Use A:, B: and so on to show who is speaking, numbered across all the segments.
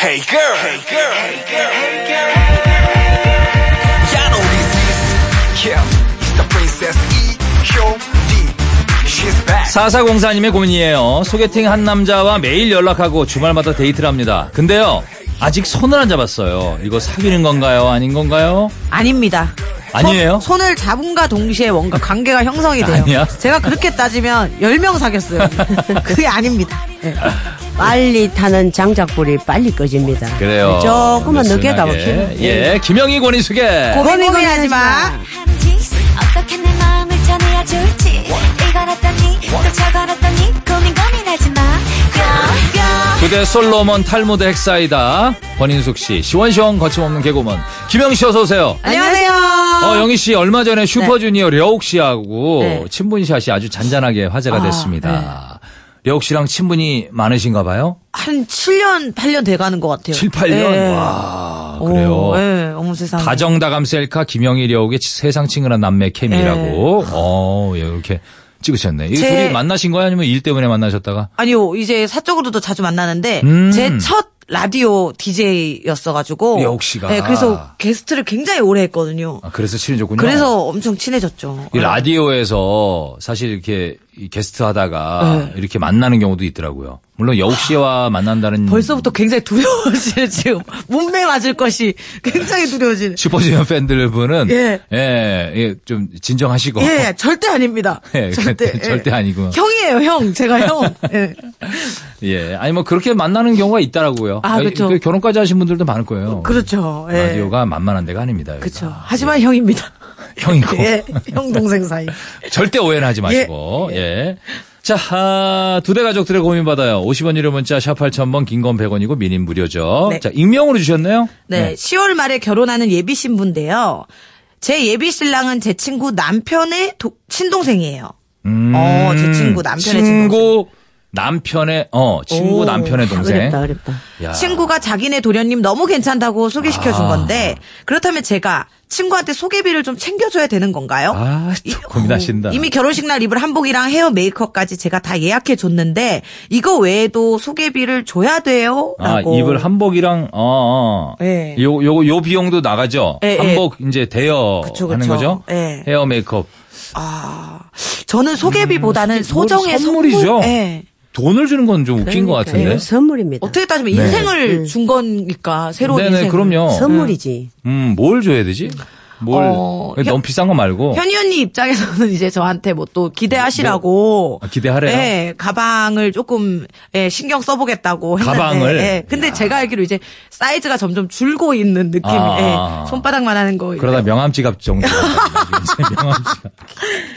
A: Hey girl, hey girl, hey girl, hey girl. Yeah, I know this is Kim. It's the princess E Q D. She's back.
B: 사사공사님의 고민이에요. 소개팅 한 남자와 매일 연락하고 주말마다 데이트를 합니다. 근데요, 아직 손을 안 잡았어요. 이거 사귀는 건가요? 아닌 건가요?
C: 아닙니다.
B: 아니에요?
C: 손, 을 잡음과 동시에 뭔가 관계가 형성이 돼요.
B: 아니야?
C: 제가 그렇게 따지면 10명 사귀었어요. 그게 아닙니다. 예.
D: 빨리 타는 장작불이 빨리 꺼집니다.
B: 그래요.
D: 조금만 늦게
B: 느슨하게.
D: 가볼게요.
B: 네,
D: 네.
B: 예, 김영희 권위 소개.
C: 고민 고민하지 마.
E: 하는지 어떻게 내 마음을 전해야 좋을지 이건 어떠니 또 저건 어떠니 고민 고민하지 마 Go go
B: 그대 솔로몬 탈무드 핵사이다. 권인숙 씨, 시원시원 거침없는 개그맨. 김영희 씨 어서오세요.
C: 안녕하세요.
B: 어, 영희 씨 얼마 전에 슈퍼주니어 려욱 씨하고
D: 네.
B: 친분샷이 아주 잔잔하게 화제가
D: 아, 네.
B: 됐습니다. 려욱 씨랑 친분이 많으신가 봐요?
C: 한 7년, 8년 돼가는 것 같아요.
B: 7, 8년?
C: 예.
D: 네.
B: 와,
C: 오,
B: 그래요.
C: 예, 어머 세상에.
B: 다정다감 셀카 김영희 려욱의 세상 친근한 남매 케미라고. 어, 예, 이렇게 찍으셨네. 이게
C: 네. 제-
B: 둘이 만나신 거예요? 아니면 일 때문에 만나셨다가?
C: 아니요, 이제 사적으로도 자주 만나는데,
B: 음.
C: 제 첫 라디오 DJ였어가지고.
B: 려욱 씨가.
C: 네, 그래서 게스트를 굉장히 오래 했거든요.
B: 아, 그래서 친해졌군요.
C: 그래서 엄청 친해졌죠.
B: 이 라디오에서 사실 이렇게 이 게스트
C: 네.
B: 하다가 이렇게 만나는 경우도 있더라고요. 물론 여욱 씨와 만난다는
C: 벌써부터 굉장히 두려워지는 지금. 몸매 맞을 것이 굉장히 두려워지는.
B: 슈퍼주니어 팬들분은
C: 예.
B: 예, 예, 좀 진정하시고
C: 예, 절대 아닙니다.
B: 예,
C: 절대.
B: 절대- 절대 아니구나.
C: 형이에요, 형. 제가 형. 예.
B: 예, 아니 뭐 그렇게 만나는 경우가 있더라고요.
C: 아, 그쵸.
B: 그 결혼까지 하신 분들도 많을 거예요.
C: 그렇죠. 예.
B: 어, 라디오가 만만한 데가 아닙니다. 여기가.
C: 그렇죠. 하지만 형입니다.
B: 형이고
C: 예, 형 동생 사이.
B: 절대 오해는 하지 마시고 예. 자, 아, 두 대 가족들의 고민 받아요. 50원 유료 문자 샵 8000번 긴 건 100원이고 미니 무료죠.
C: 네.
B: 자, 익명으로 주셨네요.
C: 네, 10월 말에 결혼하는 예비 신부인데요. 제 예비 신랑은 제 친구 남편의 도- 친동생이에요. 어, 제 친구 남편의 친구.
B: 음. 네. 친구 남편의 어 친구
D: 오,
B: 남편의 동생.
D: 어렵다, 어렵다.
B: 야.
C: 친구가 자기네 도련님 너무 괜찮다고 소개시켜 준
B: 아.
C: 건데 그렇다면 제가 친구한테 소개비를 좀 챙겨줘야 되는 건가요?
B: 아, 또
C: 이-
B: 고민하신다.
C: 어, 이미 결혼식 날 입을 한복이랑 헤어 메이크업까지 제가 다 예약해 줬는데 이거 외에도 소개비를 줘야 돼요?
B: 아
C: 라고.
B: 입을 한복이랑 어, 어.
C: 예.
B: 요, 요, 요 비용도 나가죠.
C: 예, 예.
B: 한복 이제 대여
C: 그쵸,
B: 하는
C: 그쵸.
B: 거죠.
C: 예.
B: 헤어 메이크업
C: 저는 소개비보다는 소정의 선물.
B: 음, 선물이죠.
C: 예.
B: 돈을 주는 건 좀 웃긴 것 같은데.
D: 이건 예, 선물입니다.
C: 어떻게 따지면
B: 네.
C: 인생을 준 거니까 새로운
B: 네네
C: 인생.
B: 그럼요.
D: 선물이지.
B: 음 뭘 줘야 되지? 뭘
C: 어,
B: 너무
C: 현-
B: 비싼 거 말고
C: 현희 언니 입장에서는 이제 저한테 뭐 또 기대하시라고.
B: 아, 기대하래요?
C: 예, 가방을 조금, 예, 신경 써보겠다고 했는데.
B: 가방을?
C: 예, 근데 제가 알기로 이제 사이즈가 점점 줄고 있는 느낌.
B: 아.
C: 예, 손바닥만 하는 거.
B: 그러다 명함 지갑 정도. 명함 지갑.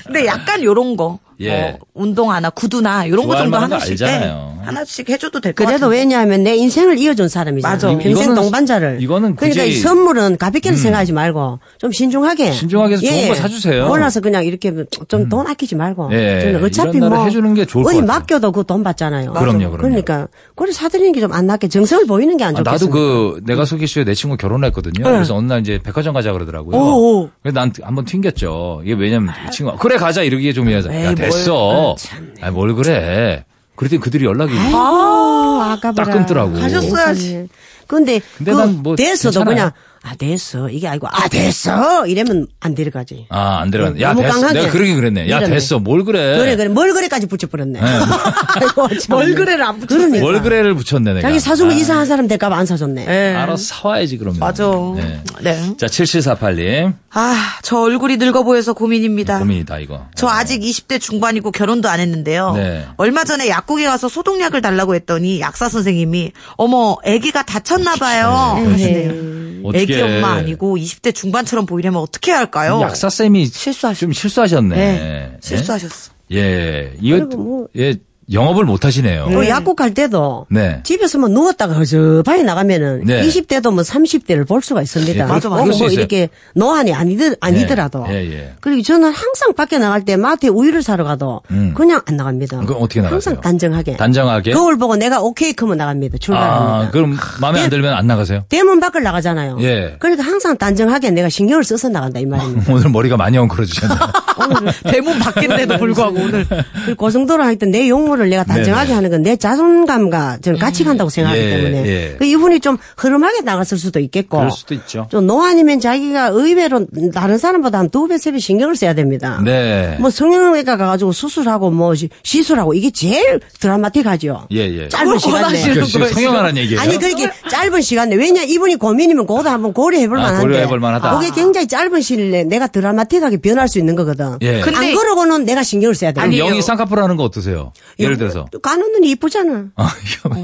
C: 근데 약간 요런 거.
B: 예.
C: 어, 운동화나 구두나 요런 거
B: 좋아할
C: 정도
B: 만한 거
C: 하나씩.
B: 알잖아요.
C: 예, 하나씩 해줘도 될 것 같아요.
D: 그래도 왜냐하면 내 인생을 이어준 사람이잖아.
C: 맞아.
D: 평생
B: 이거는-
D: 동반자를.
B: 이거는
D: 그러니까
B: 굳이- 음.
D: 이 선물은 가볍게는 생각하지 말고 좀 신중하게. 예.
B: 신중하게 해서 좋은 거 사주세요. 음.
D: 몰라서 그냥 이렇게 좀 돈 아끼지 말고.
B: 예,
D: 저는 어차피
B: 이런 날에
D: 뭐
B: 해주는 게 좋을 것
D: 어디
B: 같아요.
D: 맡겨도 그 돈 받잖아요.
B: 그럼요, 그럼요.
D: 그러니까 그걸 사드리는 게 좀 안 낫게 정성을 보이는 게 안
B: 아,
D: 좋겠어.
B: 나도 그 내가 소개시켜 내 친구 결혼했거든요. 그래서 어느 날 이제 백화점 가자 그러더라고요.
D: 오, 오.
B: 그래서 난 한번 튕겼죠. 이게 왜냐면 이 친구가 그래 가자 이러기에 좀 미안해서
C: 에이,
B: 야
C: 뭘.
B: 됐어. 아, 뭘 그래. 그랬더니 그들이 연락이
D: 아, 아까보다.
B: 딱 끊더라고.
C: 가셨어야지.
D: 근데,
B: 근데
D: 그
B: 난뭐
D: 됐어도
B: 괜찮아요.
D: 그냥 아 됐어 이게 아니고 아 됐어 이러면 안 들어가지.
B: 아, 안 들어갔네. 야,
D: 너무
B: 됐어.
D: 강하게.
B: 내가 그러긴 그랬네. 야,
D: 이러네.
B: 됐어. 뭘 그래.
D: 그래 그래 뭘 그래까지
B: 예.
D: 붙여버렸네. 아이고, 참.
C: 뭘 그래를 안 붙였어요.
D: 그러니까.
B: 뭘 그래를 붙였네, 내가.
D: 자기 사주면 이상한 사람 될까봐 안 사줬네.
C: 예.
B: 알아서 사와야지, 그러면.
C: 맞아.
B: 네.
C: 네.
B: 자, 7748님.
C: 아, 저 얼굴이 늙어 보여서 고민입니다.
B: 고민이다, 이거.
C: 아.
B: 어,
C: 저 아직 20대 중반이고 결혼도 안 했는데요.
B: 네.
C: 얼마 전에 약국에 가서 소독약을 달라고 했더니 약사 선생님이 어머 아기가 다쳤나 봐요. 아- 하시네요.
B: 네. 어떡해. 음,
C: 아기 엄마 아니고 20대 중반처럼 보이려면 어떻게 할까요?
B: 약사쌤이
C: 실수하셨-
B: 좀 실수하셨네.
C: 네.
B: 예?
C: 실수하셨어. 뭐-
B: 예. 이거, 예, 영업을 못 하시네요.
D: 그 약국 갈 때도
B: 네.
D: 집에서 뭐 누웠다가 허접하게 나가면은
B: 네.
D: 20대도 뭐 30대를 볼 수가 있습니다.
B: 예, 맞아, 맞아.
D: 꼭
B: 그럴 수
D: 뭐
B: 있어요.
D: 이렇게 노안이 아니더, 아니더라도.
B: 예, 예.
D: 그리고 저는 항상 밖에 나갈 때 마트에 우유를 사러 가도 그냥 안 나갑니다.
B: 음. 그럼 어떻게 나가세요?
D: 항상 단정하게.
B: 단정하게?
D: 거울 보고 내가 오케이 크면 나갑니다. 출발합니다.
B: 아, 그럼 마음에
C: 예.
B: 안 들면 안 나가세요?
D: 대문 밖을 나가잖아요.
B: 예.
D: 그러니까 항상 단정하게 내가 신경을 써서 나간다 이 말입니다.
B: 오늘 머리가 많이 엉클어지셨네요.
D: 오늘
C: 대문 밖인데도 불구하고 오늘.
D: 그 고성도로 할 때 내 용어를 내가 단정하게
B: 네네.
D: 하는 건 내 자존감과
C: 음.
D: 저는 같이 간다고 생각하기
B: 예,
D: 때문에
B: 예.
D: 그 이분이 좀 흐름하게 나갔을 수도 있겠고
C: 뭐.
B: 그럴 수도 있죠.
D: 좀 노안이면 자기가 의외로 다른 사람보다 한 두 배 세 배 신경을 써야 됩니다.
B: 네.
D: 뭐 성형외과 가가지고 수술하고 뭐 시- 시술하고 이게 제일 드라마틱하죠.
B: 예, 예.
D: 짧은
C: 그걸
D: 시간 내에.
C: 권하시는
B: 그러니까 지금
C: 거예요,
B: 성형하라는 얘기예요.
D: 아니 그렇게 짧은 시간 내 왜냐 이분이 고민이면 그것도 한번 고려해볼
B: 아,
D: 만한데
B: 고려해볼 만하다.
D: 그게 굉장히 짧은 시일 내에 내가 드라마틱하게 변할 수 있는 거거든
B: 예.
D: 안
C: 근데-
D: 그러고는 내가 신경을 써야 돼
B: 그럼
C: 아니에요.
B: 영희 쌍꺼풀 하는 거 어떠세요? 예를 들어서.
D: 가는 눈이 이쁘잖아
B: 아, 이거 뭐-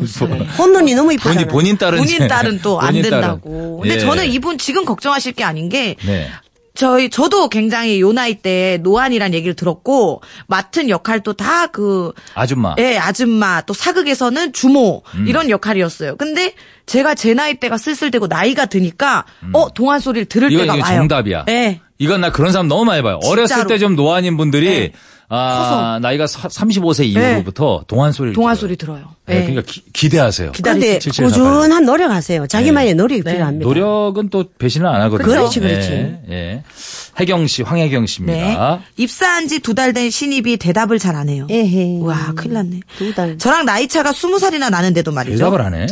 D: 혼눈이 너무 이쁘잖아
B: 본인, 본인 딸은.
C: 네. 본인
B: 이제-
C: 딸은 또 안
B: 본인 딸은.
C: 된다고. 근데
B: 예.
C: 저는 이분 지금 걱정하실 게 아닌 게
B: 네.
C: 저희 저도 굉장히 요 나이 때 노안이란 얘기를 들었고 맡은 역할도 다 그
B: 아줌마. 음.
C: 예, 아줌마 또 사극에서는 주모 이런 역할이었어요. 근데 제가 제 나이 때가 쓸쓸되고 나이가 드니까 어 동안 소리를 들을
B: 음. 이거,
C: 때가
B: 이거
C: 와요.
B: 정답이야.
C: 예.
B: 이건 나 그런 사람 너무 많이 봐요. 어렸을
C: 진짜로.
B: 때 좀 노안인 분들이
C: 네.
B: 아,
C: 커서. 네.
B: 나이가 사- 35세 이후부터 동안 소리를
C: 동안
B: 들어요.
C: 소리 들어요.
B: 네, 그러니까 기, 대하세요
D: 근데
B: 기다리시죠. 칠칠사팔. 예.
D: 꾸준한 노력하세요 자기만의 노력이
C: 네.
D: 필요합니다
B: 노력은 또 배신을 안 하거든요.
D: 그렇지, 그렇지.
B: 예, 예. 혜경 씨, 황혜경
C: 네.
B: 씨입니다.
C: 입사한 지 두 달 된 신입이 대답을 잘 안 해요.
D: 에헤이.
C: 와, 큰일 났네.
D: 예. 두 달.
C: 저랑 나이 차가 스무 살이나 나는데도 말이죠.
B: 대답을 안 해.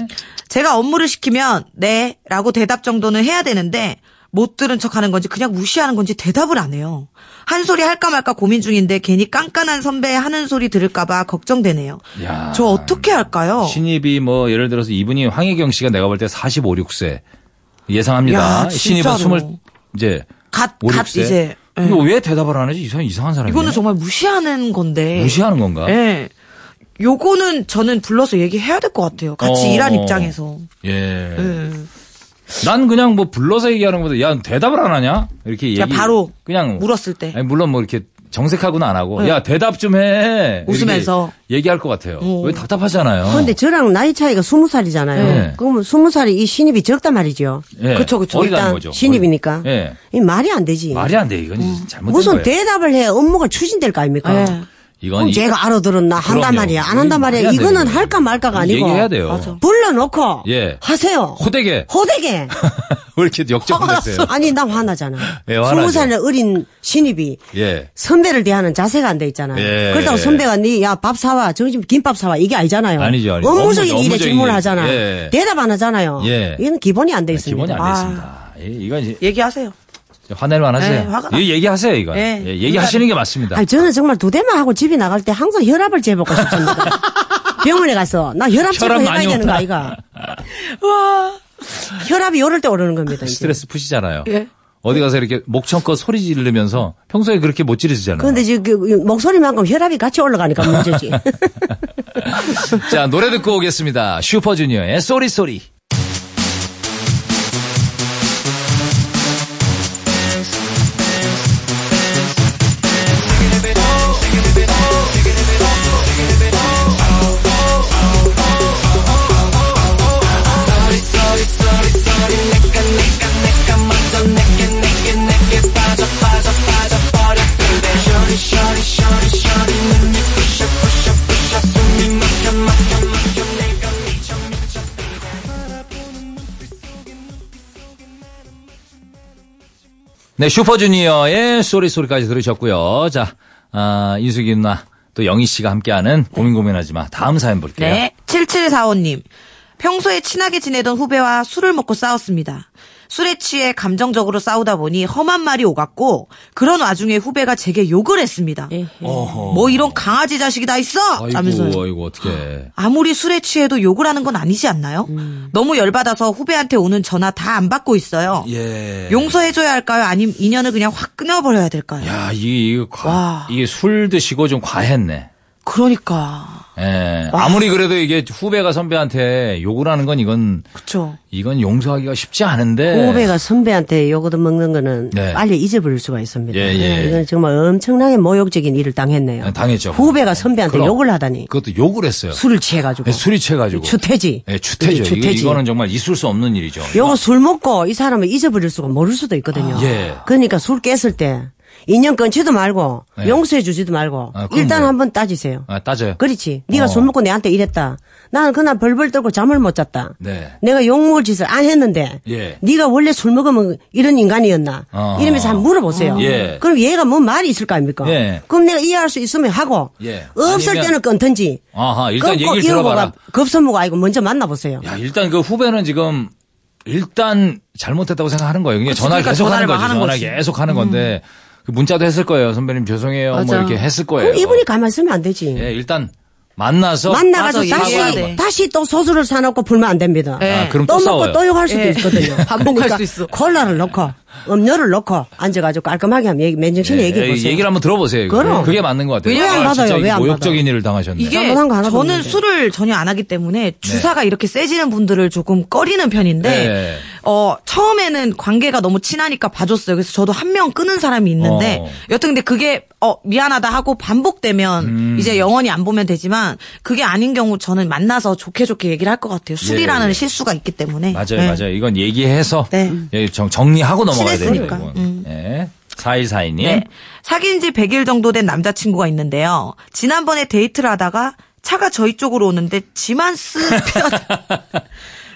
C: 제가 업무를 시키면 네 라고 대답 정도는 해야 되는데 못 들은 척하는 건지 그냥 무시하는 건지 대답을 안 해요. 한 소리 할까 말까 고민 중인데 괜히 깐깐한 선배 하는 소리 들을까봐 걱정되네요.
B: 야.
C: 저 어떻게 할까요?
B: 신입이 뭐 예를 들어서 이분이 황혜경 씨가 내가 볼 때 45, 6세 예상합니다.
C: 야,
B: 신입은
C: 진짜로.
B: 20 이제
C: 갓,
B: 5,
C: 갓
B: 6세.
C: 이제, 예.
B: 이거 왜 대답을 안 하지? 이 사람 이상한 사람이네.
C: 이거는 정말 무시하는 건데.
B: 무시하는 건가?
C: 예. 요거는 저는 불러서 얘기해야 될 것 같아요. 같이
B: 어,
C: 일한
B: 어.
C: 입장에서.
B: 예.
C: 예.
B: 난 그냥 뭐 불러서 얘기하는 것보다 야 대답을 안 하냐 이렇게 얘기
C: 그냥 바로
B: 그냥
C: 물었을 때. 예.
B: 아니, 물론 뭐 이렇게 정색하고는 안 하고 야 대답 좀해
C: 웃으면서. 어.
B: 얘기할 것 같아요. 왜 답답하잖아요.
D: 그런데 저랑 나이 차이가 스무 살이잖아요
B: 네.
D: 그러면 스무 살이 이 신입이 적다 말이죠
B: 예.
C: 그쵸, 그쵸.
B: 어리다는
D: 일단
B: 거죠.
D: 신입이니까
B: 어리- 예.
D: 이 말이 안 되지
B: 말이 안 돼. 이건
C: 어.
B: 잘못된
D: 무슨
B: 거예요.
D: 대답을 해 업무가 추진될 거 아닙니까
C: 예.
B: 이건
D: 그럼
B: 이-
D: 제가 알아들었나 한단
B: 그럼요.
D: 말이야 안 한단 말이야
B: 말이 안
D: 이거는
B: 되는 거예요.
D: 할까 말까가 아니고
B: 얘기해야 돼요.
C: 맞아.
D: 불러놓고
B: 예.
D: 하세요
B: 호되게
D: 호되게
B: 왜 이렇게 역적분했어요?
D: 아니 나 화나잖아
B: 예, 화나죠.
D: 스무 살의 어린 신입이
B: 예.
D: 선배를 대하는 자세가 안 돼 있잖아요
B: 예.
D: 그렇다고 선배가 니 야 밥 사와 저기 지금 김밥 사와 이게 아니잖아요
B: 아니죠, 아니죠.
D: 업무적인
B: 업무-
D: 일에
B: 업무적인
D: 질문을
B: 일.
D: 하잖아
B: 예.
D: 대답 안 하잖아요
B: 예.
D: 이건 기본이 안 돼 있습니다
B: 기본이 안
D: 아,
B: 됐습니다. 예, 이건 이제
C: 얘기하세요.
B: 화낼만 하세요.
C: 예, 화가 나-
B: 예, 얘기하세요, 이건.
C: 예.
B: 예, 얘기하시는 게 맞습니다.
D: 아니, 저는 정말 두 대만 하고 집에 나갈 때 항상 혈압을 재보고 싶습니다 병원에 가서 나 혈압
B: 혈압
D: 재고 해봐야
B: 많이
D: 되는 거
B: 온다.
D: 아이가 혈압이 오를 때 오르는 겁니다. 이제.
B: 네, 스트레스 푸시잖아요.
C: 예.
B: 어디 가서 이렇게 목청껏 소리 지르면서 평소에 그렇게 못 지르시잖아요.
D: 그런데 지금 그 목소리만큼 혈압이 같이 올라가니까 문제지.
B: 자, 노래 듣고 오겠습니다. 슈퍼주니어의 쏘리 쏘리. 네, 슈퍼주니어의 쏘리 쏘리까지 들으셨고요. 자, 아, 인숙이 누나 또 영희 씨가 함께하는 고민 고민하지 마. 다음 사연 볼게요.
C: 네. 7745님. 평소에 친하게 지내던 후배와 술을 먹고 싸웠습니다. 술에 취해 감정적으로 싸우다 보니 험한 말이 오갔고 그런 와중에 후배가 제게 욕을 했습니다.
B: 어허.
C: 뭐 이런 강아지 자식이 다 있어! 하면서
B: 아이고, 아이고, 어떻게.
C: 아무리 술에 취해도 욕을 하는 건 아니지 않나요? 너무 열받아서 후배한테 오는 전화 다 안 받고 있어요.
B: 예.
C: 용서해줘야 할까요? 아님 인연을 그냥 확 끊어버려야 될까요?
B: 야, 이게, 이게 과,
C: 와.
B: 이게 술 드시고 좀 과했네.
C: 그러니까
B: 예. 아무리 그래도 이게 후배가 선배한테 욕을 하는 건 이건,
C: 그쵸.
B: 이건 용서하기가 쉽지 않은데.
D: 후배가 선배한테 욕을 먹는 거는
B: 네.
D: 빨리 잊어버릴 수가 있습니다. 네,
B: 예, 예.
D: 이건 정말 엄청나게 모욕적인 일을 당했네요.
B: 예, 당했죠.
D: 후배가 선배한테
B: 그럼.
D: 욕을 하다니
B: 그것도 욕을 했어요.
D: 술을 취해가지고.
B: 예, 술이 취해가지고.
D: 추태지. 네,
B: 예, 추태죠.
D: 추태지.
B: 이거, 이거는 정말 있을 수 없는 일이죠.
D: 요거 술 먹고 이 사람을 잊어버릴 수가 모를 수도 있거든요.
B: 예.
D: 그러니까 술 깼을 때 인연 끊지도 말고
B: 네.
D: 용서해 주지도 말고
B: 아, 그럼
D: 일단
B: 뭐예요?
D: 한번 따지세요.
B: 아, 따져요.
D: 그렇지. 네가
B: 어.
D: 술 먹고 내한테 이랬다. 나는 그날 벌벌 떨고 잠을 못 잤다.
B: 네.
D: 내가 욕먹을 짓을 안 했는데
B: 예.
D: 네가 원래 술 먹으면 이런 인간이었나?
B: 어.
D: 이러면서 한번 물어보세요.
B: 어. 예.
D: 그럼 얘가 뭐 말이 있을 거 아닙니까?
B: 예.
D: 그럼 내가 이해할 수 있으면 하고
B: 예.
D: 없을
B: 아니면-
D: 때는 끊든지.
B: 아하, 일단
D: 끊고
B: 얘기를
D: 이러고가
B: 들어봐라.
D: 급선무가 아니고 먼저 만나보세요.
B: 야, 일단 그 후배는 지금 일단 잘못했다고 생각하는 거예요.
D: 아,
B: 그냥 전화를
C: 그러니까
B: 계속 하는
C: 전화를 막
B: 거죠.
C: 하는
B: 전화
C: 거지.
B: 계속 하는 건데 그 문자도 했을 거예요. 선배님 죄송해요. 뭐
C: 맞아.
B: 이렇게 했을 거예요.
D: 음. 그럼 이분이 가만 있으면 안 되지.
B: 예, 일단 만나서
D: 만나가서
C: 맞아, 얘기해야
D: 다시
C: 돼.
D: 다시 또 소주를 사놓고 불면 안 됩니다.
C: 예.
B: 아, 그럼
D: 또
B: 또
D: 먹고
B: 싸워요. 네.
D: 또 욕할 수도
C: 예.
D: 있거든요.
C: 반복할
D: 그러니까
C: 수 있어.
D: 콜라를 넣고 음료를 넣고 앉아가지고 깔끔하게 하면 얘기, 맨정신에
B: 예,
D: 얘기해 보세요.
B: 얘기를 한번 들어보세요. 이거.
D: 그럼.
B: 그게 맞는 것 같아요.
D: 왜안
B: 아,
D: 받아요?
B: 진짜
D: 왜안
B: 모욕적인
D: 받아요?
B: 일을 당하셨네.
C: 이게
D: 잘못한 거 하나도
C: 저는
D: 없는데.
C: 술을 전혀 안 하기 때문에 주사가 이렇게 세지는 분들을 조금 꺼리는 편인데
B: 네.
C: 어 처음에는 관계가 너무 친하니까 봐줬어요. 그래서 저도 한 명 끄는 사람이 있는데
B: 어.
C: 여튼 근데 그게 어 미안하다 하고 반복되면
B: 음.
C: 이제 영원히 안 보면 되지만 그게 아닌 경우 저는 만나서 좋게 좋게 얘기를 할 것 같아요. 술이라는
B: 예, 예.
C: 실수가 있기 때문에
B: 맞아요,
C: 네.
B: 맞아요. 이건 얘기해서
C: 네.
B: 예, 정, 정리하고 넘어가야 됩니다.
C: 친했으니까.
B: 이건.
C: 음.
B: 예. 4142님.
C: 네. 사귄 지 100일 정도 된 남자친구가 있는데요. 지난번에 데이트를 하다가 차가 저희 쪽으로 오는데 지만 쓰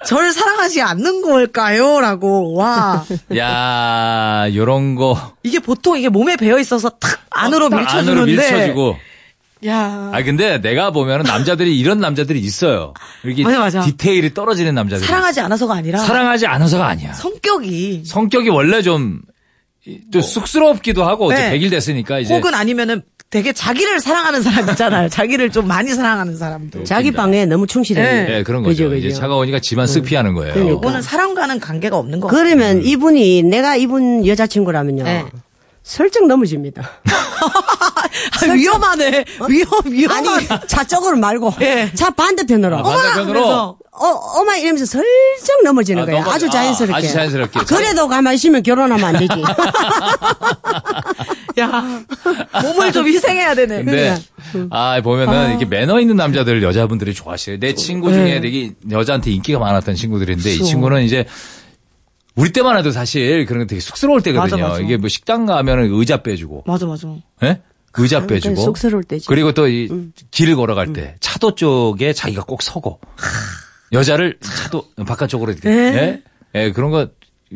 C: 저를 사랑하지 않는 걸까요? 라고. 와.
B: 야, 요런 거.
C: 이게 보통 이게 몸에 배어 있어서 탁 안으로
B: 딱
C: 밀쳐주는데.
B: 안으로 밀쳐주고.
C: 야.
B: 아 근데 내가 보면은 남자들이 이런 남자들이 있어요. 이렇게
C: 맞아, 맞아.
B: 디테일이 떨어지는 남자들.
C: 사랑하지 어. 않아서가 아니라
B: 사랑하지 않아서가 아니야.
C: 성격이
B: 성격이 원래 좀, 이- 좀 쑥스럽기도 하고
C: 어. 네.
B: 이제 100일 됐으니까 이제
C: 혹은 아니면은 되게 자기를 사랑하는 사람 있잖아요. 자기를 좀 많이 사랑하는 사람들.
D: 자기 방에 너무 충실해.
B: 예, 그런
C: 네.
B: 거죠.
D: 그죠,
B: 이제
D: 그죠.
B: 차가 오니까 집안
C: 음.
B: 쓱 피하는 거예요.
C: 이거는 사랑과는 관계가 없는 거.
B: 음.
D: 그러면 이분이 내가 이분 여자친구라면요.
C: 네.
D: 설정 넘어집니다. 어?
C: 아, 위험하네. 위험
D: 아니
C: 위험하네.
D: 차 쪽으로 말고
C: 예.
D: 차 반대편으로.
B: 어머나! 아, 반대편으로?
C: 그래서
D: 어, 어마 이러면서 설정 넘어지는
B: 아,
D: 거예요.
B: 넘어지-
D: 아주
B: 아,
D: 자연스럽게.
B: 아주 자연스럽게.
D: 그래도 가만히 있으면 결혼하면 안 되지.
C: 야 몸을 좀 희생해야 되네.
D: 그러니까.
B: 근데 아 보면은 이렇게 매너 있는 남자들 여자분들이 좋아하시요. 내 친구 중에
C: 네.
B: 되게 여자한테 인기가 많았던 친구들인데 이 친구는 이제 우리 때만 해도 사실 그런 거 되게 쑥스러울 때거든요.
C: 맞아, 맞아.
B: 이게 뭐 식당 가면은 의자 빼주고
C: 맞아 맞아.
B: 예? 의자
C: 그러니까
B: 빼주고.
D: 쑥스러울 때지.
B: 그리고 또 이
C: 음.
B: 길을 걸어갈 때 차도 쪽에 자기가 꼭 서고 여자를 차도 바깥쪽으로 이렇게 예? 예, 그런 거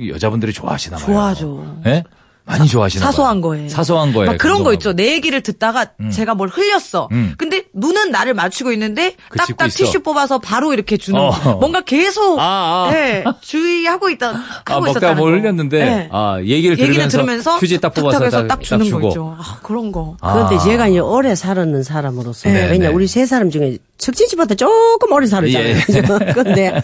B: 여자분들이 좋아하시나 봐요.
C: 네. 좋아하죠.
B: 예? 많이 좋아하시나
C: 사소한
B: 봐요.
C: 거에.
B: 사소한 거에.
C: 막 그런 거
B: 감동하고.
C: 있죠. 내 얘기를 듣다가 제가 뭘 흘렸어.
B: 음.
C: 근데 눈은 나를 맞추고 있는데
B: 그 짚고
C: 딱딱
B: 있어.
C: 티슈 뽑아서 바로 이렇게 주는
B: 어.
C: 거. 뭔가 계속
B: 아, 아.
C: 예, 주의하고 있다.
B: 아,
C: 하고
B: 먹다가
C: 있었다는
B: 뭘
C: 거.
B: 흘렸는데
C: 예.
B: 아, 얘기를,
C: 얘기를
B: 들으면서,
C: 들으면서
B: 휴지 딱 뽑아서
C: 탁탁해서
B: 딱,
C: 딱 주는
B: 딱 주고.
C: 거 있죠. 아, 그런 거.
D: 그런데
B: 아.
D: 제가 이제 오래 살았는 사람으로서
B: 네, 네.
D: 왜냐 우리 세 사람 중에 석진씨보다 조금 오래 살았잖아요.
B: 예.
D: 그런데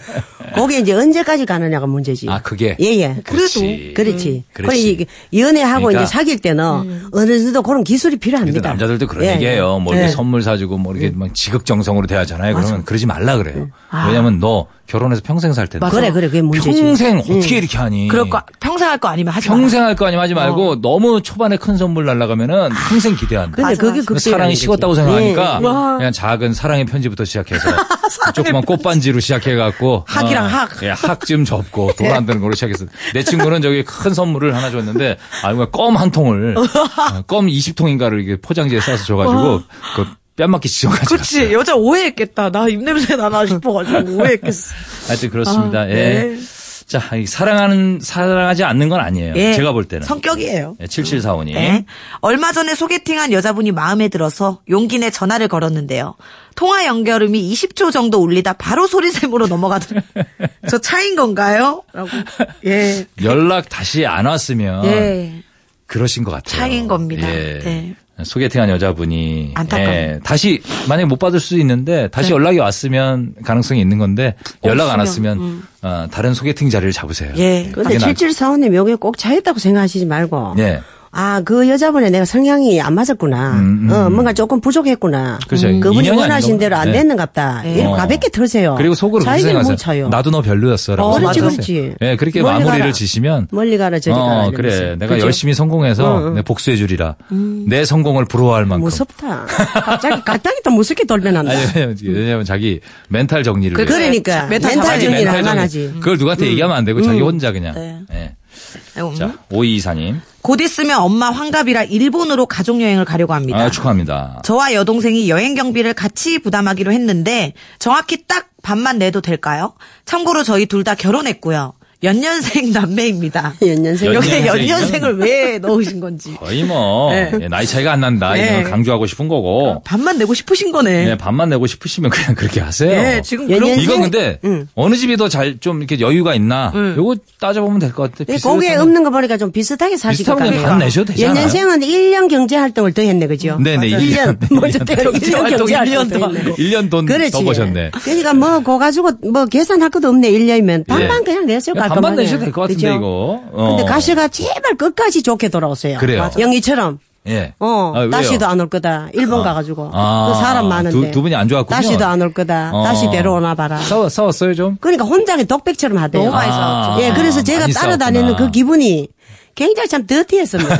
D: 그게 이제 언제까지 가느냐가 문제지.
B: 아, 그게?
D: 예예.
B: 그래도. 그렇지.
D: 그렇지. 그렇지.
B: 음. 그렇지.
D: 그래, 이게 연애하고
B: 그러니까-
D: 이제 사귈 때는
C: 음.
D: 어느 정도 그런 기술이
B: 근데
D: 필요합니다.
B: 남자들도 그런
D: 예,
B: 얘기예요. 뭐
D: 예.
B: 이렇게 선물 사주고 뭐 이렇게 막 지극정성으로 대하잖아요. 그러면 그러지 말라 그래요. 왜냐면 너 결혼해서 평생 살 텐데.
D: 예. 아. 맞아. 그래, 그래, 그게 문제지. 예.
B: 평생 어떻게 이렇게 하니?
C: 그럴 거 평생 할 거 아니면 하지 마라.
B: 평생 할 거 아니면 하지 말고
D: 어.
B: 너무 초반에 큰 선물 날라가면은
D: 아,
B: 평생 기대한다.
D: 근데
C: 맞아,
D: 그게 예.
C: 맞아.
D: 극
B: 사랑이 식었다고 생각하니까 그냥 작은 사랑의 편지부터 시작해서 조그만 꽃반지로 시작해갖고
C: 학이랑 예.
B: 어,
C: 학.
B: 예, 학 좀 접고 돈 안 드는 걸로 시작해서 내 친구는 저기 큰 선물을 하나 줬는데 아 이거 껌 한 통을 어, 껌 20통인가를 이게 포장지에 싸서 줘가지고 그 뺨맞기 지져가지고
C: 그렇지 여자 오해했겠다. 나 입냄새 나나 싶어가지고 오해했겠어.
B: 하여튼 그렇습니다.
C: 아,
B: 예.
C: 네.
B: 자, 이 사랑하는 사랑하지 않는 건 아니에요.
C: 예.
B: 제가 볼 때는
C: 성격이에요.
B: 예, 7745님.
C: 네. 얼마 전에 소개팅한 여자분이 마음에 들어서 용기 내 전화를 걸었는데요. 통화 연결음이 20초 정도 울리다 바로 소리샘으로 넘어가더라고요. 저 차인 건가요? 라고. 예.
B: 연락 다시 안 왔으면
C: 예.
B: 그러신 것 같아요. 예.
C: 차이인 겁니다. 네.
B: 소개팅한 여자분이
C: 안타깝네요.
B: 예, 다시 만약에 못 받을 수도 있는데
C: 네.
B: 다시 연락이 왔으면 가능성이 있는 건데 연락 안 왔으면 어, 다른 소개팅 자리를 잡으세요.
C: 음. 예.
D: 근데
B: 그게 나-
D: 7745님 여기에 꼭 차였다고 생각하시지 말고.
B: 예.
D: 아, 그 여자분의 내가 성향이 안 맞았구나. 어, 뭔가 조금 부족했구나.
B: 음,
D: 음,
B: 그죠.
D: 그분이
B: 인연이
D: 원하신
B: 아닌
D: 대로 안
B: 거구나.
D: 됐는갑다.
C: 네.
D: 이렇게
B: 어.
D: 가볍게 털세요.
B: 그리고 속으로 그렇게
D: 자기는 못
B: 생각하세요.
D: 차요.
B: 나도 너 별로였어라고.
D: 어, 그렇지,
B: 생각하세요.
D: 그렇지.
B: 예, 그렇게
D: 멀리
B: 마무리를
D: 가라.
B: 지시면
D: 멀리 가라, 저리 가라
B: 어,
D: 이러면서. 그렇죠?
B: 그래. 내가
D: 그죠?
B: 열심히 성공해서 내 복수해 주리라.
C: 음.
B: 내 성공을 부러워할
D: 뭐
B: 만큼.
D: 무섭다. 갑자기 갑자기 또 무섭게 돌변한다.
B: 아니, 왜냐면, 왜냐면 자기 멘탈 정리를.
C: 그-
B: 위해서.
D: 그러니까
C: 멘탈
D: 멘탈
C: 자기
D: 정리를
B: 멘탈
D: 안
B: 정리.
D: 하지. 음.
B: 그걸 누구한테 얘기하면 안 되고 자기 혼자 그냥.
C: 네.
B: 예.
C: 아이고, 음.
B: 자, 오이이사님.
C: 곧 있으면 엄마 환갑이라 일본으로 가족여행을 가려고 합니다.
B: 아, 축하합니다.
C: 저와 여동생이 여행 경비를 같이 부담하기로 했는데 정확히 딱 반만 내도 될까요? 참고로 저희 둘 다 결혼했고요. 연년생 남매입니다.
D: 연년생.
C: 여기에
B: 연년생이요?
C: 연년생을 왜 넣으신 건지.
B: 거의 뭐
C: 네.
B: 예, 나이 차이가 안 난다
C: 네.
B: 이런 걸 강조하고 싶은 거고
C: 반만 내고 싶으신 거네.
B: 예, 반만 내고 싶으시면 그냥 그렇게 하세요.
D: 네,
C: 예, 지금
D: 연년-
C: 그런
D: 연생-
B: 이거 근데
D: 음.
B: 어느 집이 더 잘 좀 이렇게 여유가 있나 요거 따져보면 될 것 같아. 비슷해서
D: 예, 네, 거기에
B: 저는-
D: 없는 거 보니까 좀 비슷하게 사시고
B: 비슷하면 반 내셔도 되지 않아요?
D: 연년생은 1년 경제 활동을 더 했네, 그죠?
B: 네네, 맞아요.
D: 1년.
B: 네,
D: 먼저
B: 일
D: 때
B: 년.
D: 1년 경제 활동 더 했네.
B: 일년돈더
D: 그렇지.
B: 버셨네.
D: 그러니까 뭐, 그거 가지고 뭐 계산할 것도 없네, 1년이면. 반반
B: 예.
D: 그냥 내세요,
B: 그냥
D: 깔끔하게.
B: 반반 내셔도 될 것 같은데,
D: 그죠?
B: 이거. 어.
D: 근데 가시가 제발 끝까지 좋게 돌아오세요.
B: 그래요. 맞아.
D: 영희처럼.
B: 예.
D: 어,
B: 아, 왜요?
D: 다시도 안 올 거다. 일본 가가지고.
B: 아,
D: 그 사람 많은데.
B: 두- 두 분이 안 좋았군요.
D: 다시도 안 올 거다.
B: 어.
D: 다시 데려오나 봐라.
B: 싸워, 싸웠어요 좀?
D: 그러니까 혼자게 독백처럼 하대요.
C: 너무 많이 싸웠죠.
D: 예, 그래서 제가
B: 많이
D: 따라다니는
B: 싸웠구나.
D: 그 기분이 굉장히 참 더티했습니다.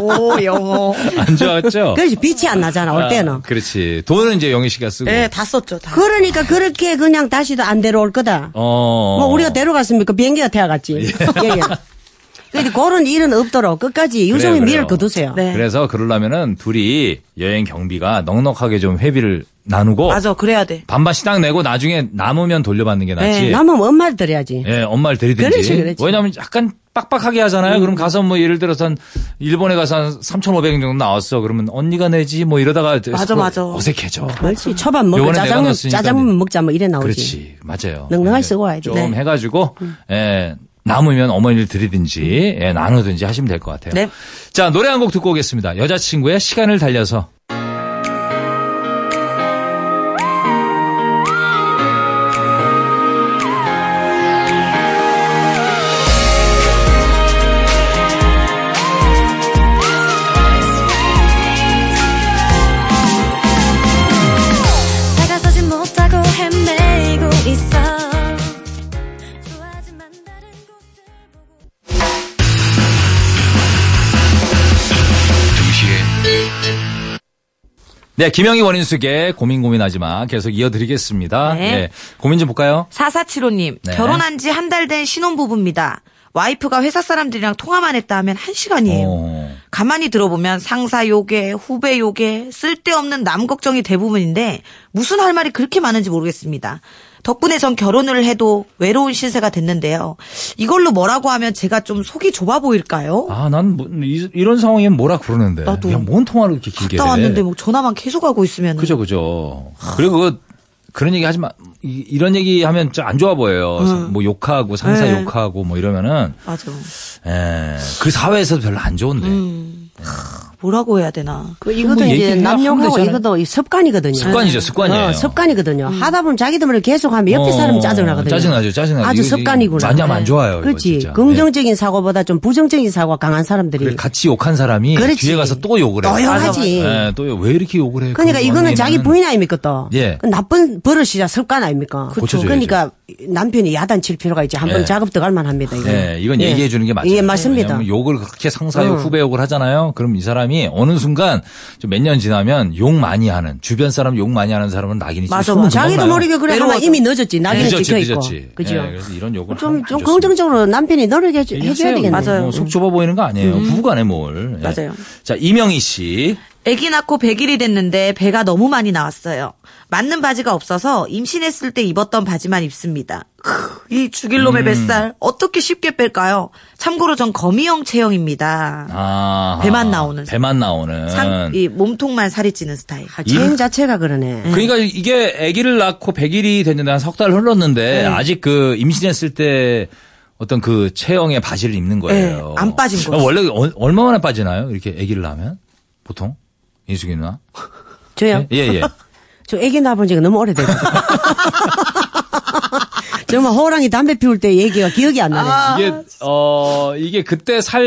C: 오 영어.
B: 안 좋았죠?
D: 그래서 빛이 안 나잖아, 올 때는.
B: 아, 그렇지. 돈은 이제 영희 씨가 쓰고.
C: 네, 다 썼죠. 다.
D: 그러니까 그렇게 그냥 다시도 안 데려올 거다.
B: 어.
D: 뭐 우리가 데려갔습니까? 비행기가 태워갔지. 예, 예. 그러니까 그런 일은 없도록 끝까지
B: 그래요,
D: 유종의
B: 그래요.
D: 미를 거두세요.
C: 네.
B: 그래서 그러려면은 둘이 여행 경비가 넉넉하게 좀 회비를 나누고
C: 맞아, 그래야 돼.
B: 반반씩 딱 내고 나중에 남으면 돌려받는 게 낫지.
C: 네,
D: 남으면 뭐 엄마를 드려야지.
B: 예, 엄마를 데리든지.
D: 그렇지, 그렇지. 음.
B: 왜냐면 약간 빡빡하게 하잖아요. 그럼 가서 뭐 예를 들어서 한 일본에 가서 한 3,500원 정도 나왔어. 그러면 언니가 내지 뭐 이러다가 서로
C: 맞아.
B: 어색해져.
D: 그렇지. 초밥 먹고
B: 요번에 내가
D: 짜장면,
B: 넣었으니까 네.
D: 짜장면 먹자 뭐 이래 나오지.
B: 그렇지. 맞아요. 예.
D: 넉넉하게 쓰고 와야 돼.
B: 좀
D: 네.
B: 해가지고,
C: 음.
B: 예, 남으면 어머니를 드리든지, 예, 나누든지 하시면 될 것 같아요.
C: 네.
B: 자, 노래 한 곡 듣고 오겠습니다. 여자친구의 시간을 달려서.
E: 다가서지 못하고 헤매고 있어 좋아하지만 다른 곳을 보고
A: 2시에
B: 네, 김영희 원인숙의 고민 고민하지 마. 계속 이어드리겠습니다.
C: 네.
B: 예, 고민 좀 볼까요?
C: 4475님,
B: 네.
C: 결혼한 지 한 달 된 신혼부부입니다. 와이프가 회사 사람들이랑 통화만 했다 하면 한 시간이에요.
B: 오.
C: 가만히 들어보면 상사 요괴, 후배 요괴, 쓸데없는 남 걱정이 대부분인데 무슨 할 말이 그렇게 많은지 모르겠습니다. 덕분에 전 결혼을 해도 외로운 신세가 됐는데요. 이걸로 뭐라고 하면 제가 좀 속이 좁아 보일까요?
B: 아, 난 뭐, 이, 이런 상황이면 뭐라 그러는데.
C: 나도.
B: 그냥 뭔 통화를 이렇게 길게
C: 갔다
B: 해.
C: 왔는데 뭐 전화만 계속 하고 있으면
B: 예. 그죠, 그죠. 그리고 그거 그런 얘기 하지 마. 이- 이런 얘기 하면 좀 안 좋아 보여요. 뭐 욕하고 상사
C: 음. 네.
B: 욕하고 뭐 이러면은
C: 맞아.
B: 예. 그 사회에서 별로 안 좋은데.
D: 음.
C: 뭐라고 해야 되나?
D: 그 이것도
B: 뭐
D: 이제
B: 얘기해야
D: 남녀하고
B: 되잖아요.
D: 이것도 이 습관이거든요.
B: 습관이죠, 습관이에요.
D: 어, 습관이거든요.
C: 음.
D: 하다 보면 자기들 말을 계속하면 옆에
B: 어,
D: 사람이 짜증나거든요.
B: 짜증나죠, 짜증나죠.
D: 아주
B: 이거
D: 습관이구나. 네.
B: 많이 하면 안 좋아요, 이거
D: 그렇지.
B: 진짜. 네.
D: 긍정적인 사고보다 좀 부정적인 사고가 강한 사람들이
B: 그래, 같이 욕한 사람이
D: 그렇지.
B: 뒤에 가서 또 욕을 해.
D: 너영하지.
B: 예, 또 왜 이렇게 욕을 해?
D: 그러니까
B: 그
D: 이거는
B: 관계는
D: 자기 부인 아닙니까 또.
B: 예.
D: 그 나쁜 버릇이자 습관 아닙니까.
B: 그렇죠.
D: 그러니까 남편이 야단칠 필요가 있지. 한번
B: 예.
D: 작업 들어갈 만합니다. 이거.
B: 예, 이건
D: 예.
B: 얘기해 주는 게 맞아요.
D: 예, 맞습니다.
B: 왜냐면 욕을 그렇게 상사 욕,
D: 음.
B: 후배 욕을 하잖아요. 그럼 이 사람이 어느 순간 몇 년 지나면 욕 많이 하는 주변 사람 욕 많이 하는 사람은 낙인이
C: 맞아,
B: 소문
C: 맞아.
B: 금방
D: 자기도
B: 나요.
D: 모르게 그래
C: 외로워서.
D: 하면 이미 늦었지. 낙인이
B: 늦었지,
D: 찍혀 있고.
B: 늦었지.
D: 그죠.
B: 예, 그래서 이런 욕을
D: 좀,
B: 하면
D: 좀
B: 안 좋습니다.
D: 긍정적으로 남편이 너를 해줘- 해줘야
B: 얘기하세요.
D: 되겠네.
B: 뭐
C: 맞아요. 음.
B: 속 좁아 보이는 거 아니에요. 부부간에 뭘. 예.
C: 맞아요.
B: 자, 이명희 씨.
C: 아기 낳고 100일이 됐는데 배가 너무 많이 나왔어요. 맞는 바지가 없어서 임신했을 때 입었던 바지만 입습니다. 크, 이 죽일
B: 음.
C: 놈의 뱃살 어떻게 쉽게 뺄까요? 참고로 전 거미형 체형입니다.
B: 아.
C: 배만 나오는.
B: 배만 나오는.
C: 상, 예. 이 몸통만 살이 찌는 스타일.
D: 아,
B: 예?
D: 체형 자체가 그러네.
B: 그러니까 이게 아기를 낳고 100일이 됐는데 한 석 달
C: 네.
B: 흘렀는데 아직 그 임신했을 때 어떤 그 체형의 바지를 입는 거예요. 아,
C: 네, 안 빠진 거죠.
B: 원래 얼- 얼마 만에 빠지나요? 이렇게 아기를 낳으면 보통 인숙이 누나.
D: 저요?
B: 예, 예.
D: 저 애기 낳아본 지가 너무 오래돼요. 정말 호랑이 담배 피울 때 얘기가 기억이 안 나네. 요
B: 이게 어 이게 그때 살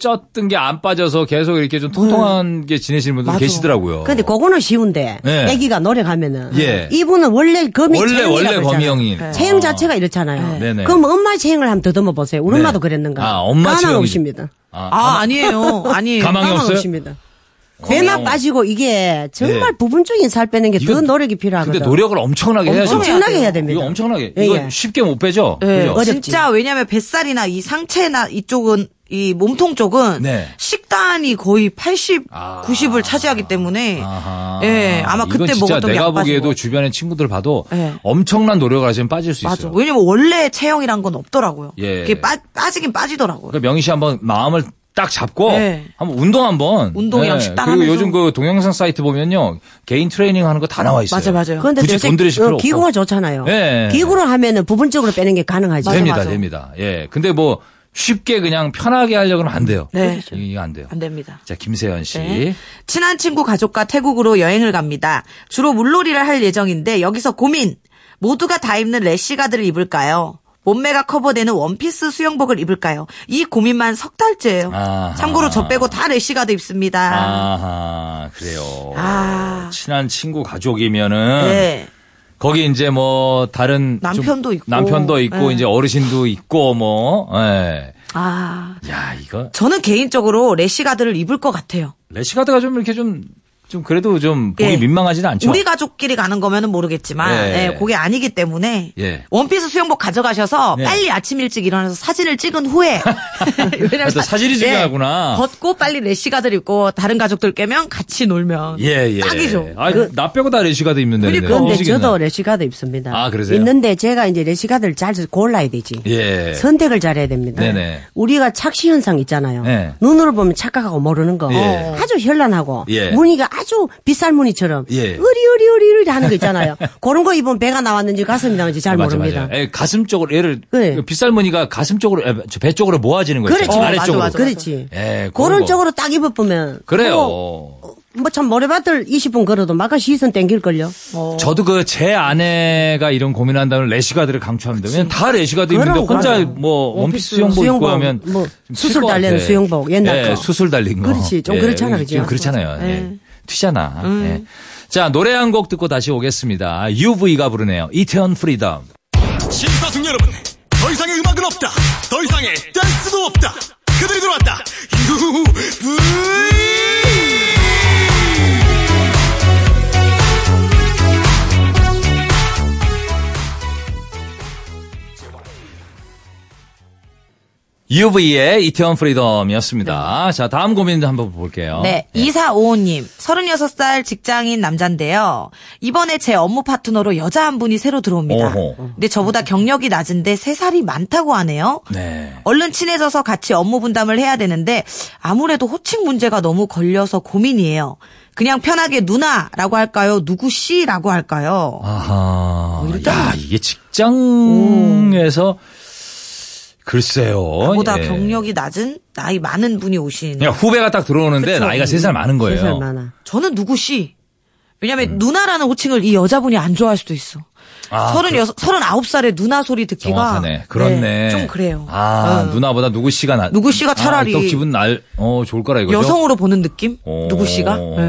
B: 쪘던 게 안 빠져서 계속 이렇게 좀 통통한 게 지내시는 분들
C: 음. 맞아.
B: 계시더라고요.
D: 근데 그거는 쉬운데
B: 예.
D: 애기가 노력하면은
B: 예.
D: 이분은 원래 거미
B: 원래
D: 체형이라고
B: 원래
D: 그러잖아요. 예.
B: 거미형이
D: 체형
B: 아.
D: 자체가 이렇잖아요.
B: 네네.
D: 그럼 엄마 체형을 한번 더듬어 보세요. 우리
B: 네.
D: 엄마도 그랬는가?
B: 아, 엄마
D: 가난
B: 체형이-
D: 없습니다.
B: 아,
C: 아, 아니에요. 아니에요.
B: 가망이
D: 가난
B: 없어요?
D: 없습니다. 배만 빠지고 이게 정말
B: 네.
D: 부분적인 살 빼는 게 더
B: 이건-
D: 노력이
C: 아,
D: 필요하거든.
B: 근데 노력을 엄청나게 해야죠.
D: 엄청나게 해야 됩니다.
B: 이거 엄청나게.
D: 예,
B: 이거
D: 예.
B: 쉽게 못 빼죠.
C: 네,
B: 그죠?
D: 어렵지.
C: 진짜 왜냐면 뱃살이나 이 상체나 이쪽은 이 몸통 쪽은
B: 네.
C: 식단이 거의 80,
B: 아.
C: 90을 차지하기 때문에
B: 아하.
C: 예, 아마
B: 이건
C: 그때
B: 진짜
C: 먹었던 게
B: 내가
C: 안 빠진
B: 보기에도
C: 거.
B: 주변의 친구들 봐도
C: 예.
B: 엄청난 노력을 하시면 빠질 수
C: 맞아.
B: 있어요.
C: 왜냐면 원래 체형이란 건 없더라고요.
B: 예.
C: 그게 빠, 빠지긴 빠지더라고요.
B: 그러니까 명희 씨 한번 마음을 딱 잡고
C: 네.
B: 한번 운동 한번
C: 운동이랑
B: 네.
C: 식단
B: 그리고
C: 하면서.
B: 요즘 그 동영상 사이트 보면요 개인 트레이닝 하는 거 다 나와 있어요.
C: 맞아, 맞아요.
D: 그런데
B: 굳이
D: 요새
B: 돈 들이실
D: 그
C: 어,
B: 필요 없고.
D: 기구가 좋잖아요.
B: 예.
D: 기구로 하면은 부분적으로 빼는 게 가능하죠.
C: 맞아,
B: 됩니다,
C: 맞아.
B: 됩니다. 예, 근데 뭐 쉽게 그냥 편하게 하려고 하면 안 돼요.
C: 네.
B: 이거 안 돼요.
C: 안 됩니다.
B: 자 김세현 씨.
C: 네. 친한 친구 가족과 태국으로 여행을 갑니다. 주로 물놀이를 할 예정인데 여기서 고민. 모두가 다 입는 래시가드를 입을까요? 몸매가 커버되는 원피스 수영복을 입을까요? 이 고민만 석 달째예요.
B: 아하.
C: 참고로 저 빼고 다 래시가드 입습니다.
B: 아하 그래요.
C: 아.
B: 친한 친구 가족이면은
C: 네.
B: 거기 이제 뭐 다른 좀
C: 남편도 있고.
B: 남편도 있고
C: 예.
B: 이제 어르신도 있고 뭐. 예.
C: 아.
B: 야 이거
C: 저는 개인적으로 래시가드를 입을 것 같아요.
B: 레시가드가 좀 이렇게 좀, 좀 그래도 좀 보기
C: 예.
B: 민망하지는 않죠.
C: 우리 가족끼리 가는 거면은 모르겠지만,
B: 예.
C: 예, 그게 아니기 때문에,
B: 예.
C: 원피스 수영복 가져가셔서
B: 예.
C: 빨리 아침 일찍 일어나서 사진을 찍은 후에, 왜냐면
B: 그래서 사진이
C: 예,
B: 중요하구나.
C: 벗고 빨리 레시가드 입고 다른 가족들 깨면 같이 놀면
B: 예, 예.
C: 딱이죠.
B: 아, 그, 나 빼고 다 레시가드 입는 데는.
C: 그러니까.
D: 그런데 저도 레시가드 입습니다.
B: 네. 아, 그러세요?
D: 있는데 제가 이제 레시가드를 잘 골라야 되지.
B: 예.
D: 선택을 잘해야 됩니다.
B: 네네.
D: 우리가 착시 현상 있잖아요.
B: 예.
D: 눈으로 보면 착각하고 모르는 거.
B: 예.
D: 아주 현란하고
B: 예.
D: 무늬가 아주 비쌀 무늬처럼
B: 예.
D: 으리으리으리으리 하는 거 있잖아요. 그런 거 입으면 배가 나왔는지 가슴이 나왔는지 잘
B: 맞아,
D: 모릅니다.
B: 맞아. 예, 가슴 쪽으로, 얘를,
D: 네.
B: 빗살무늬가 가슴 쪽으로, 에, 저배 쪽으로 모아지는 거죠.
D: 그렇지.
B: 아래쪽으로.
C: 맞아, 맞아.
D: 그렇지.
B: 예, 그런
D: 그런
B: 거.
D: 쪽으로 딱 입어보면
B: 그래요.
D: 뭐 참 모래밭을 20분 걸어도 마가 시선 땡길걸요.
B: 저도 그 제 아내가 이런 고민한다면 레시가드를 강추합니다. 왜냐면 다 레시가드 입는데
D: 그럼,
B: 혼자
D: 그럼.
B: 뭐 원피스 수영복, 입고
D: 수영복,
B: 하면
D: 뭐
B: 좀
D: 수술
B: 칠것
D: 달린
B: 같아.
D: 수영복, 옛날
B: 예,
D: 거.
B: 수술 달린 거. 예, 음,
D: 그렇지. 좀 그렇잖아, 그죠? 음.
B: 좀 그렇잖아요. 예. 튀잖아. 예. 자 노래 한 곡 듣고 다시 오겠습니다. UV가 부르네요. 이태원 프리덤.
F: 신사숙 여러분, 더 이상의 음악은 없다. 더 이상의 댄스도 없다. 그들이 들어왔다. 유후, 브이!
B: UV의 이태원
D: 네.
B: 프리덤이었습니다. 자 다음 고민도 한번 볼게요.
C: 네, 2455님, 36살 직장인 남잔데요. 이번에 제 업무 파트너로 여자 한 분이 새로 들어옵니다.
B: 어허.
C: 근데 저보다 경력이 낮은데 3살이 많다고 하네요.
B: 네.
C: 얼른 친해져서 같이 업무 분담을 해야 되는데 아무래도 호칭 문제가 너무 걸려서 고민이에요. 그냥 편하게 누나라고 할까요? 누구 씨라고 할까요?
B: 아하. 야, 이게 직장에서 글쎄요.
C: 보다
B: 예.
C: 경력이 낮은 나이 많은 분이 오신.
B: 그러니까 후배가 딱 들어오는데 나이가 3살 많은 거예요.
D: 세살 많아.
C: 저는 누구 씨? 왜냐면 누나라는 호칭을 이 여자분이 안 좋아할 수도 있어.
B: 음. 아,
C: 서른여섯, 서른아홉 살에 누나 소리 듣기가
B: 정확하네. 그렇네.
C: 네, 좀 그래요.
B: 아,
C: 어.
B: 누나보다 누구 씨가 나.
C: 누구 씨가 차라리
B: 아, 또 기분 날, 어, 좋을 거라 이거죠.
C: 여성으로 보는 느낌?
B: 오.
C: 누구 씨가?
B: 오,
C: 네.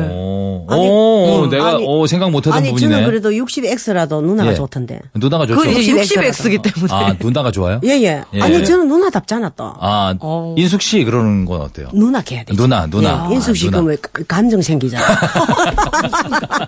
D: 아니,
B: 오,
D: 음,
B: 내가
D: 아니,
B: 오, 생각 못 하던
D: 아니
B: 부분이네.
D: 저는 그래도 60X라도 누나가
B: 예.
D: 좋던데.
B: 누나가 좋죠.
C: 그 이제
D: 60X
C: 60X기 때문에.
B: 아, 누나가 좋아요?
D: 예예.
B: 예.
D: 아니 저는 누나 답잖아 또.
B: 아,
C: 어.
B: 인숙 씨 그러는 건 어때요?
D: 누나 걔야 돼.
B: 누나, 누나.
D: 예, 인숙 씨
B: 아, 누나.
D: 그러면 가- 감정 생기잖아.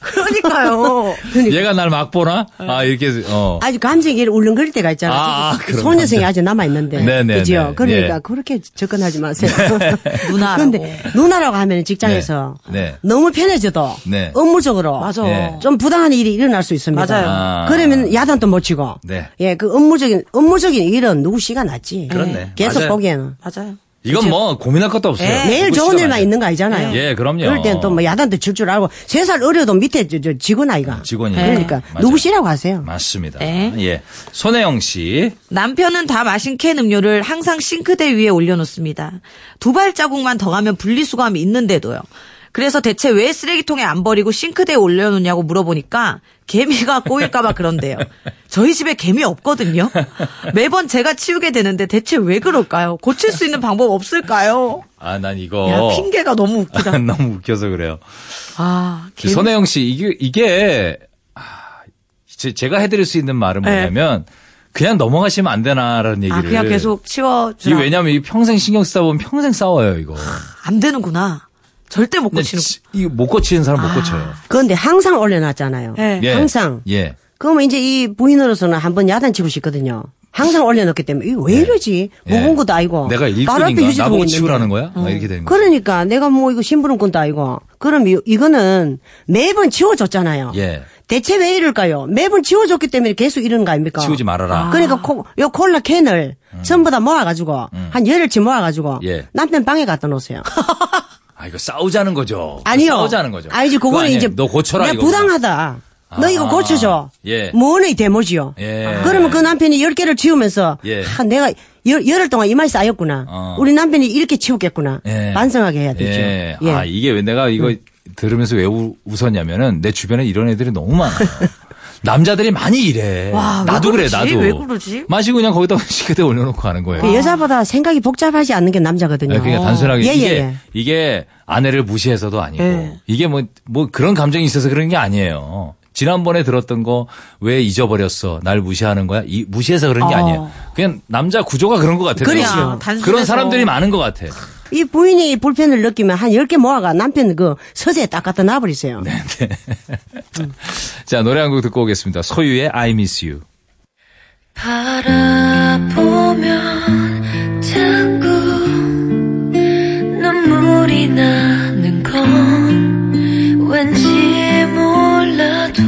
C: 그러니까요.
D: 그러니까.
B: 얘가 날 막 보나? 아, 이렇게, 어.
D: 아주 감정이 울렁거릴 때가 있잖아.
B: 아,
D: 그
B: 그런
D: 소녀성이
B: 감정.
D: 아직 남아 있는데.
B: 네네네.
D: 그죠? 그러니까
B: 예.
D: 그렇게 접근하지 마세요.
C: 누나라고.
D: 근데 누나라고 하면 직장에서
B: 네, 네.
D: 너무 편해져도
B: 네.
D: 업무적으로
C: 맞아.
B: 예.
D: 좀 부당한 일이 일어날 수 있습니다.
C: 맞아요.
B: 아.
D: 그러면 야단도 못 치고.
B: 네.
D: 예, 그 업무적인 업무적인 일은 누구 씨가 낫지. 예,
B: 그렇네.
D: 계속
B: 맞아요.
D: 보기에는
C: 맞아요.
B: 이건 뭐 고민할 것도 없어요.
C: 예.
D: 네, 매일
B: 누구
D: 좋은
B: 씨가
D: 일만
B: 많이-
D: 있는 거 아니잖아요.
B: 예, 그럼요.
D: 그럴 땐 또 뭐 야단도 칠 줄 알고 세 살 어려도 밑에 저, 저 직원 아이가.
B: 직원이니까. 네.
D: 그러니까
B: 맞아요.
D: 누구 씨라고 하세요.
B: 맞습니다.
C: 네.
B: 예. 손혜영 씨.
C: 남편은 다 마신 캔 음료를 항상 싱크대 위에 올려놓습니다. 두 발자국만 더 가면 분리수거함이 있는데도요. 그래서 대체 왜 쓰레기통에 안 버리고 싱크대에 올려놓냐고 물어보니까 개미가 꼬일까봐 그런데요. 저희 집에 개미 없거든요. 매번 제가 치우게 되는데 대체 왜 그럴까요? 고칠 수 있는 방법 없을까요?
B: 아, 난 이거.
C: 야, 핑계가 너무 웃기다.
B: 너무 웃겨서 그래요.
C: 아,
B: 이 손혜영 그 씨, 이게, 이게, 아, 제, 제가 해드릴 수 있는 말은
C: 네.
B: 뭐냐면, 그냥 넘어가시면 안 되나라는 얘기를.
C: 아, 그냥 계속
B: 이
C: 치워주라.
B: 왜냐면 이 평생 신경 쓰다 보면 평생 싸워요, 이거.
C: 안 되는구나. 절대 못
B: 근데
C: 고치는
B: 치- 이거 못 고치는 사람
D: 아.
B: 못 고쳐요.
D: 그런데 항상 올려놨잖아요.
C: 네.
B: 예.
D: 항상.
B: 예.
D: 그러면 이제 이 부인으로서는 한번 야단치고 싶거든요. 항상 올려놓기 때문에 이거 왜 이러지?
B: 예.
D: 먹은 것도 아니고.
B: 내가
D: 바로 앞에
B: 일꾼인가?
D: 휴지통
B: 나보고
D: 있는데.
B: 치우라는 거야? 막 이렇게 되는 거예요.
D: 그러니까 내가 뭐 이거 심부름꾼도 아니고. 그럼 이- 이거는 매번 치워줬잖아요.
B: 예.
D: 대체 왜 이럴까요? 매번 치워줬기 때문에 계속 이러는 거 아닙니까?
B: 치우지 말아라. 음.
D: 그러니까 코, 요 콜라 캔을 전부 다 모아가지고 한 열흘치 모아가지고
B: 예.
D: 남편 방에 갖다 놓으세요.
B: 아 이거 싸우자는 거죠.
D: 아니요.
B: 그 싸우자는 거죠.
D: 아니지,
B: 그거
D: 그거는
B: 아니에요.
D: 이제.
B: 너 고쳐라
D: 내가
B: 이거.
D: 부당하다. 너 이거
B: 아,
D: 고쳐줘.
B: 예.
D: 뭐네 대모지요.
B: 예.
D: 그러면 그 남편이 열개를 치우면서.
B: 예.
D: 아, 내가 열, 열흘 동안 이 말이 쌓였구나.
B: 어.
D: 우리 남편이 이렇게 치우겠구나.
B: 예.
D: 반성하게 해야 되죠.
B: 예.
D: 예.
B: 아 이게 왜 내가 이거 들으면서 왜 우, 웃었냐면은 내 주변에 이런 애들이 너무 많아. 남자들이 많이 이래.
C: 와, 왜
B: 나도 그래
C: 그러지?
B: 나도.
C: 왜 그러지?
B: 마시고 그냥 거기다 시크대 올려놓고 가는 거예요.
D: 그 여자보다 생각이 복잡하지 않는 게 남자거든요.
B: 네, 그러니까 단순하게
D: 예, 예,
B: 이게
D: 예.
B: 이게 아내를 무시해서도 아니고
C: 예.
B: 이게 뭐 뭐 그런 감정이 있어서 그런 게 아니에요. 지난번에 들었던 거 왜 잊어버렸어? 날 무시하는 거야? 이 무시해서 그런 게
C: 어.
B: 아니에요. 그냥 남자 구조가 그런 것 같아요.
C: 그래요.
B: 그냥
C: 단순해서.
B: 그런 사람들이 많은 것 같아.
D: 이 부인이 불편을 느끼면 한 열 개 모아가 남편 그 서재에 딱 갖다 놔버리세요.
B: 네, 자 노래 한 곡 듣고 오겠습니다. 소유의 I Miss You.
E: 바라보면 자꾸 눈물이 나는 건 왠지 몰라도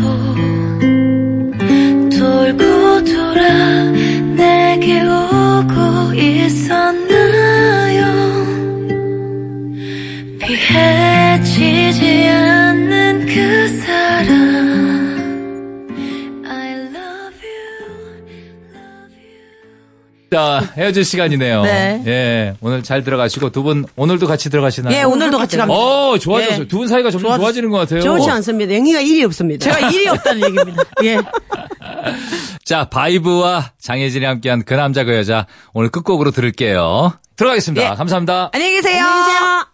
E: 돌고 돌아 내게 오고 있었나요 피해지지 않는 그 사람 I love you
B: 자 헤어질 시간이네요.
C: 네.
B: 예 오늘 잘 들어가시고 두 분 오늘도 같이 들어가시나요?
C: 예, 오늘도 같이 갑니다.
B: 네. 어 좋아졌어요.
C: 예.
B: 두 분 사이가 점점
C: 좋아졌-
B: 좋아지는것 같아요.
D: 좋지 않습니다. 영희가 일이 없습니다.
C: 제가 일이 없다는 얘기입니다. 예.
B: 자, 바이브와 장혜진이 함께한 그 남자 그 여자 오늘 끝곡으로 들을게요. 들어가겠습니다.
C: 예.
B: 감사합니다.
C: 안녕히 계세요.
D: 안녕히 계세요.